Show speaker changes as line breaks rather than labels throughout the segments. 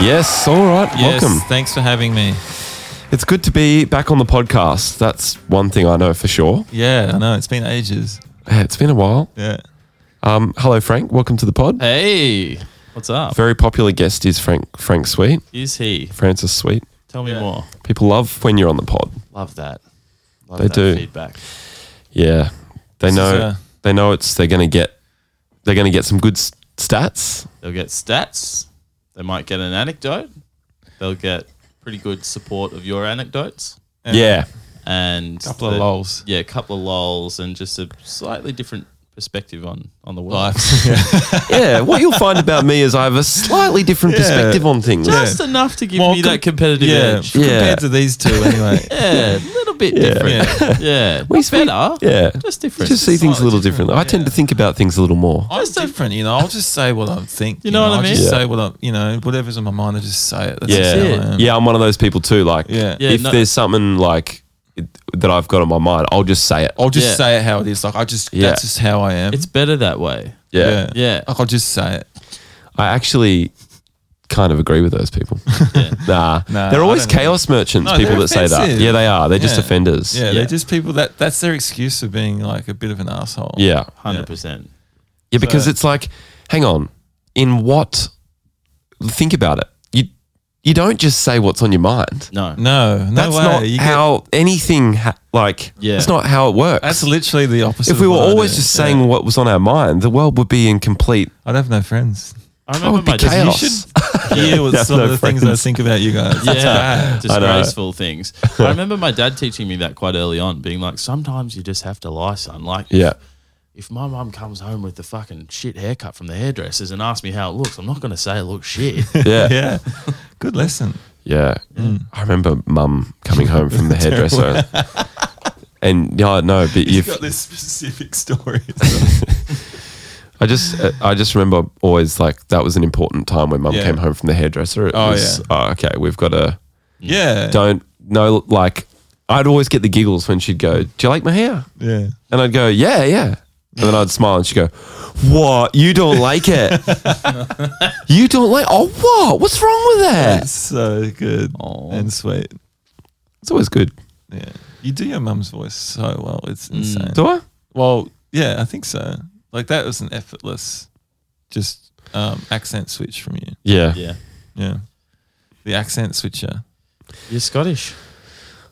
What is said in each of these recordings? Yes, all right.
Yes,
Welcome.
Thanks for having me.
It's good to be back on the podcast. That's one thing I know for sure.
Yeah, I know. It's been ages.
Yeah, It's been a while.
Yeah.
Um, hello, Frank. Welcome to the pod.
Hey, what's up?
Very popular guest is Frank Frank Sweet,
Is he?
Francis Sweet.
Tell me
Yeah.
more.
People love when you're on the pod.
Love that. Love
They
that
do.
feedback.
Yeah, they
This is,
know
uh,
they know it's they're gonna get they're gonna get some good s- stats.
They'll get stats. They might get an anecdote. They'll get pretty good support of your anecdotes
Yeah,
and
A couple of
the-
lols.
Yeah, a couple of lols and just a slightly different perspective on on the world.
Life.
yeah. What you'll find about me is I have a slightly different perspective on things.
Just enough to give
More
me
com-
that competitive
yeah.
edge.
Yeah.
Compared to these two, anyway.
Yeah, a little bit different.
yeah.
Yeah, we not better.
Yeah,
just
You
different.
just see things a little
different,
differently. I tend to
yeah.
think about things a little more.
I'm
Just don't-
different, you know. I'll just say what I think.
You know what I
I'll just
mean?
say what I'm, you know, whatever's on my mind, I just say it. That's
Yeah,
just how I
it.
am.
yeah. I'm one of those people too. Like,
Yeah.
Yeah,
if
no-
there's something like it- that I've got on my mind, I'll just say it.
I'll just
Yeah.
say it how it is. Like I just,
Yeah.
that's just how I am.
It's better that way.
Yeah.
Yeah.
Like I'll just say it.
I actually kind of agree with those people. nah.
Nah,
they're
I
always
don't think-
chaos merchants.
No,
people
they're
that say that.
offensive.
Yeah, they are. They're just
Yeah.
offenders.
Yeah,
Yeah.
they're just people that that's their excuse for being like a bit of an asshole.
yeah,
Hundred percent.
Yeah, because
So-
it's like, hang on, in what? Think about it. You you don't just say what's on your mind.
No.
No, no
That's
way.
not
You get-
how anything ha- like.
Yeah.
That's not how it works.
that's literally the opposite.
If we
of
were
what I
always
do.
just
Yeah.
saying what was on our mind, the world would be in complete.
I'd have no friends.
I
That
remember
would be
my
chaos.
You should
Yeah, with
That's
some
no
of the things I
friends.
think about you guys. It's
yeah,
bad.
disgraceful things. I remember my dad teaching me that quite early on, being like, sometimes you just have to lie, son. Like,
Yeah.
if my mum comes home with the fucking shit haircut from the hairdressers and asks me how it looks, I'm not going to say it looks shit.
Yeah. yeah.
Yeah. Good lesson. Mm.
I remember mum coming home from the hairdresser. and yeah, no, but you've,
this specific story.
I just uh, I just remember always like that was an important time when mum
Yeah.
came home from the hairdresser. It
Oh,
was,
yeah.
oh, okay, we've got to
yeah.
don't know like I'd always get the giggles when she'd go, "Do you like my hair?"
Yeah.
And I'd go, "Yeah, yeah." And then I'd smile and she'd go, "What? You don't like it? you don't like? Oh, what? What's wrong with that?"
It's so good and sweet.
It's always good.
Yeah. You do your mum's voice so well. It's insane.
Do I?
Well, yeah, I think so. Like that was an effortless just um, accent switch from you.
Yeah.
yeah.
Yeah. The accent switcher.
You're Scottish.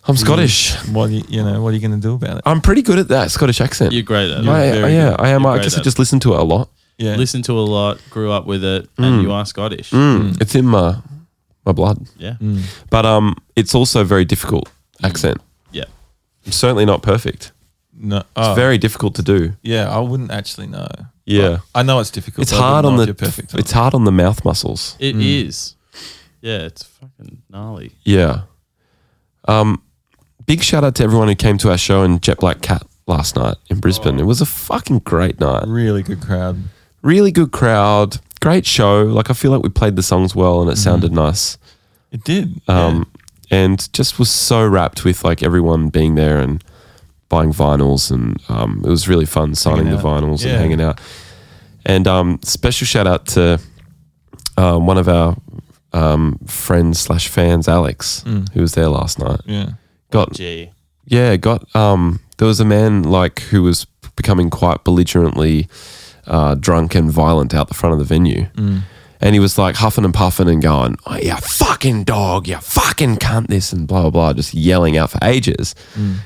I'm Scottish.
What do you, you know, what are you gonna do about it?
I'm pretty good at that Scottish accent.
You're great at it.
I,
very
yeah, I am.
You're
I
great
guess I
at it.
just listen to it a lot.
Yeah.
Listen to a lot, grew up with it, and you are Scottish.
Mm, It's in my my blood.
Yeah.
Mm.
But um, it's also a very difficult accent.
Yeah.
It's certainly not perfect.
No.
It's
oh,
very difficult to do.
yeah, I wouldn't actually know.
Yeah.
I know it's difficult.
It's
but I
hard
wouldn't
on
know if
the
you're perfect.
it's hard on the mouth muscles.
it is. Yeah, it's fucking gnarly.
Yeah. Um, big shout out to everyone who came to our show in Jet Black Cat last night in Brisbane. It was a fucking great night.
really good crowd.
Really good crowd. Great show. Like I feel like we played the songs well and
Mm-hmm.
it sounded nice.
It did.
Um, and just was so wrapped with like everyone being there and buying vinyls and um, it was really fun signing the
Hanging out.
vinyls
Yeah.
and hanging out. And um, special shout out to um, one of our um, friends slash fans, Alex,
Mm.
who was there last night.
yeah. yeah.
Got
Gee.
yeah, got um. There was a man like who was becoming quite belligerently uh, drunk and violent out the front of the venue,
Mm.
and he was like huffing and puffing and going, "Oh, you fucking dog, you fucking cunt, this and blah blah blah," just yelling out for ages,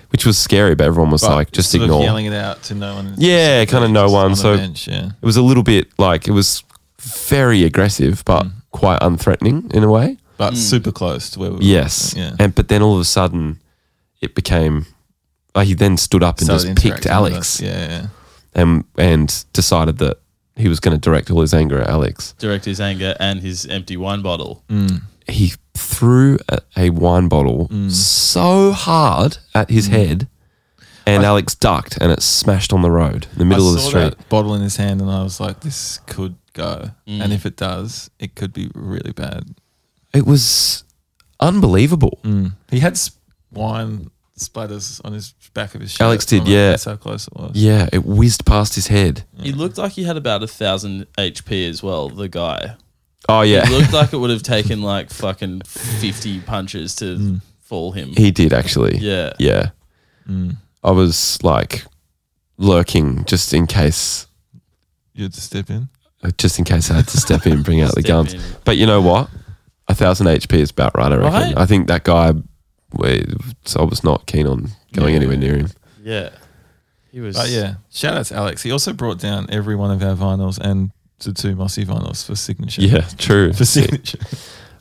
which was scary. But everyone was
Mm. But
like, "Just
sort of
ignore."
yelling it out to no one.
Yeah, kind of no
Just
one,
the
so-
bench, yeah.
It was a little bit like it was very aggressive, but
Mm.
quite unthreatening in a way.
But super close to where we were.
Yes,
Yeah.
and but then all of a sudden, it became. Like he then stood up and
Started
just picked
interacting with
Alex.
us. Yeah, yeah.
and and decided that he was going to direct all his anger at Alex.
Direct his anger and his empty wine bottle.
Mm. He threw a, a wine bottle
Mm.
so hard at his head, and Alex ducked, and it smashed on the road in the middle
I
of the
saw
street.
That bottle in his hand, and I was like, "This could go." And if it does, it could be really bad.
It was unbelievable.
Mm.
He had sp- wine splatters on his back of his shirt.
Alex did,
I'm like,
yeah.
That's how close it was.
Yeah, it
Mm.
whizzed past his head.
He looked like he had about a thousand HP as well, the guy.
Oh yeah,
It looked like it would have taken like fucking 50 punches to fall him.
Mm. he did actually.
yeah. Mm.
Yeah. I was like lurking just in case,
You had to step in.
just in case I had to step in and bring out the
Step
guns.
in.
But you know what? A thousand HP is about right, I reckon.
Right?
I think that guy, we, so I was not keen on going
Yeah.
anywhere near him.
Yeah. He was.
But yeah, shout out to Alex. He also brought down every one of our vinyls and the two mossy vinyls for signature.
Yeah, true.
For signature.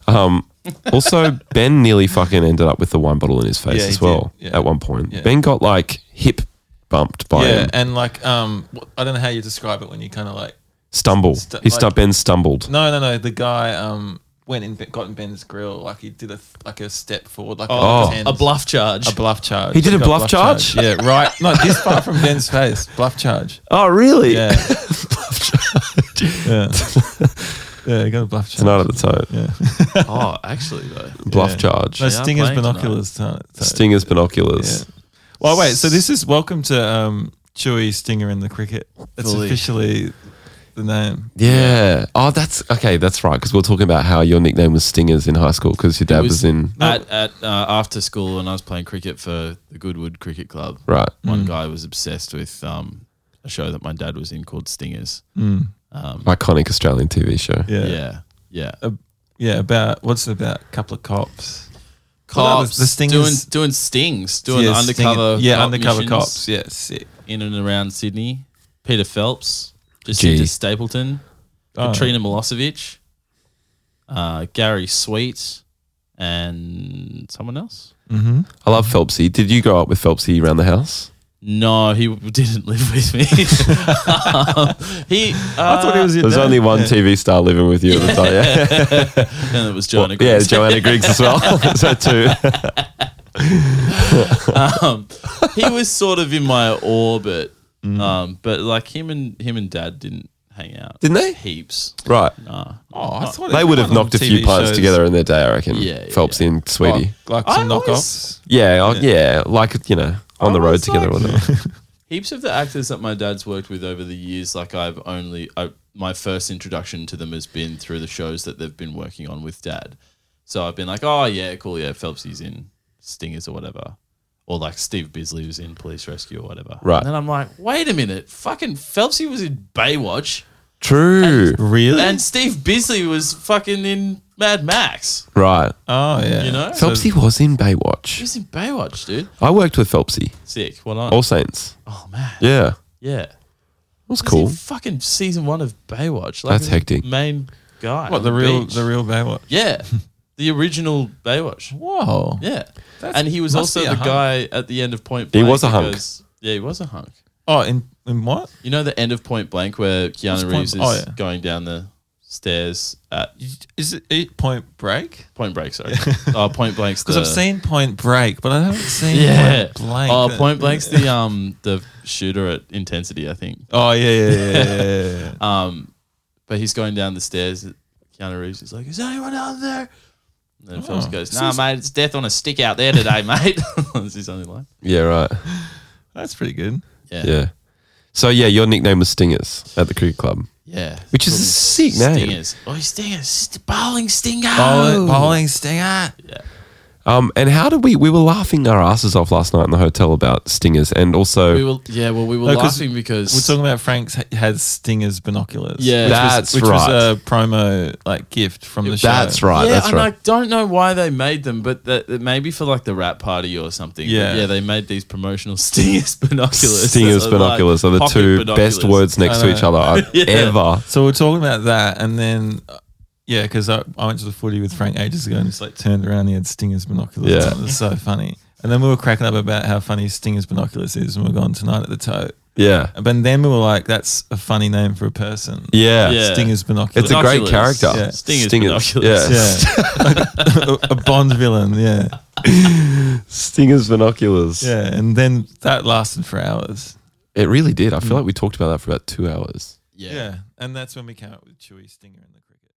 Um, also, Ben nearly fucking ended up with the wine bottle in his face
Yeah, he
as well
did. Yeah.
at one point.
Yeah.
Ben got like hip bumped by
yeah,
him.
and like um, wh- I don't know how you describe it when you kind of like
Stumble.
Stu-
he
like-
stu- Ben stumbled.
no, no, no. The guy um went and got in Ben's grill. Like he did a like a step forward, like
Oh.
a, pretend-
A bluff charge.
a bluff charge.
He did a
Like
bluff charge?
Yeah, right. No, this far from Ben's face, bluff charge.
Oh, really?
Yeah, bluff charge. Yeah, yeah. He got a bluff charge.
Tonight at the time.
yeah.
oh, actually, though.
Bluff
Yeah.
charge.
No,
They are
Stinger's
playing tonight.
binoculars. Tonight. So-
Stingers binoculars.
Yeah. Well, wait. So this is welcome to um, Chewy Stinger and the Cricket. That's
Fully.
officially the name.
Yeah. Oh, that's okay. That's right. Because we're talking about how your nickname was Stingers in high school because your dad was,
was-
in.
At, at uh, after school, when I was playing cricket for the Goodwood Cricket Club,
Right.
Mm.
one guy was obsessed with um, a show that my dad was in called Stingers.
Mm.
Um,
Iconic Australian TV show.
Yeah. yeah,
yeah. Yeah.
About what's it about? A couple of cops. Well, that was
Cops
the Stingers-
doing doing stings, doing
Yeah, Stinger-
undercover,
yeah,
cop
undercover
missions
cops. Yeah, sick.
in and around Sydney. Peter Phelps,
Gee.
Jacinta Stapleton,
Oh.
Katrina Milosevic, uh, Gary Sweet, and someone else.
Mm-hmm.
I love Phelpsy. Did you grow up with Phelpsy around the house?
No, he w- didn't live with me. Um, he,
I thought he was. Your
There's
dad.
only one
Yeah.
TV star living with you at the time. Yeah.
and it was
Well,
Joanna.
yeah,
Griggs.
Joanna Griggs as well. so two.
um, he was sort of in my orbit,
Mm.
um, but like him and him and Dad didn't hang out.
Didn't they?
Heaps. Uh,
Right.
Nah.
Oh, I thought
They would have knocked a few pints together in their day, I reckon.
Yeah, yeah,
Phelpsy
yeah.
and Sweetie.
like
I
some
always-
knockoffs.
Yeah, uh, yeah, like you know, on the road
always
together or
liked
whatever.
Heaps of the actors that my dad's worked with over the years, like I've only I, my first introduction to them has been through the shows that they've been working on with Dad. So I've been like, oh yeah, cool, yeah, Phelps is in Stingers or whatever, or like Steve Bisley was in Police Rescue or whatever.
Right.
And then I'm like, wait a minute, fucking Phelpsy was in Baywatch,
True.
Really?
and Steve Bisley was fucking in Mad Max.
Right.
oh yeah.
You know?
Phelpsy was in Baywatch.
He's in Baywatch, dude.
I worked with Phelpsy.
Sick. What on?
All Saints.
Oh man.
Yeah. It
Yeah.
was
He's in
cool.
fucking season one of Baywatch.
That's
he's
hectic.
the Main guy.
What
on
the real
beach.
the real Baywatch?
Yeah, the original Baywatch.
Whoa.
Yeah,
That's-
and he was
must
also
be a
the
hunk.
guy at the end of Point
He
Blank.
was a hunk.
because- Yeah, he was a hunk.
Oh, in in what?
You know the end of Point Blank where
What's
Keanu
Point-
Reeves is
oh, yeah.
going down the stairs at
Is it eight Point Break?
Point Break. Sorry, oh Point Blank's
Because I've
the-
seen Point Break, but I haven't seen
Yeah.
Point Blank.
Oh,
But-
Point Blank's the um the shooter at Intensity, I think.
Oh yeah, yeah, yeah, yeah, yeah, yeah.
Um, but he's going down the stairs. Keanu Reeves is like, "Is anyone out there?" And then Phelps
Oh.
goes,
So
"Nah,
it's-
mate, it's death on a stick out there today, mate." That's his only line.
Yeah, right.
That's pretty good.
Yeah. So yeah, your nickname was Stingers at the cricket club,
Yeah.
which is a sick name.
Stingers. Oh, stingers. St- Bowling stinger. Oh.
Bowling, bowling stinger.
Um, and how did we? We were laughing our asses off last night in the hotel about Stingers, and also
We were, yeah, well, we were
No, 'cause
laughing because
We're talking about Frank's ha- has stingers binoculars.
Yeah.
which
That's
was, which
right.
was a promo like gift from the show.
that's right.
yeah,
that's
and
right.
I don't know why they made them, but that, that maybe for like the rap party or something. But
Yeah.
yeah, they made these promotional stingers binoculars.
Stingers
They're like
binoculars are the
pocket
two
binoculars.
best words next
I
to each other I've
Yeah.
ever.
So we're talking about that, and then uh, yeah, because I, I went to the footy with Frank ages ago, and just like turned around, and he had stingers binoculars.
Yeah.
on. it was so funny. And then we were cracking up about how funny stingers binoculars is, and we we're going tonight at the tote.
Yeah,
But then we were like, that's a funny name for a person.
yeah.
Yeah.
Stingers binoculars.
It's a great
Binoculars.
character.
Yeah.
Stingers binoculars.
Yeah.
Yeah. a Bond villain, yeah.
Stingers binoculars.
Yeah. And then that lasted for hours.
It
Mm.
really did. I feel like we talked about that for about two hours.
Yeah.
And that's when we came up with Chewy Stinger and the Cricket.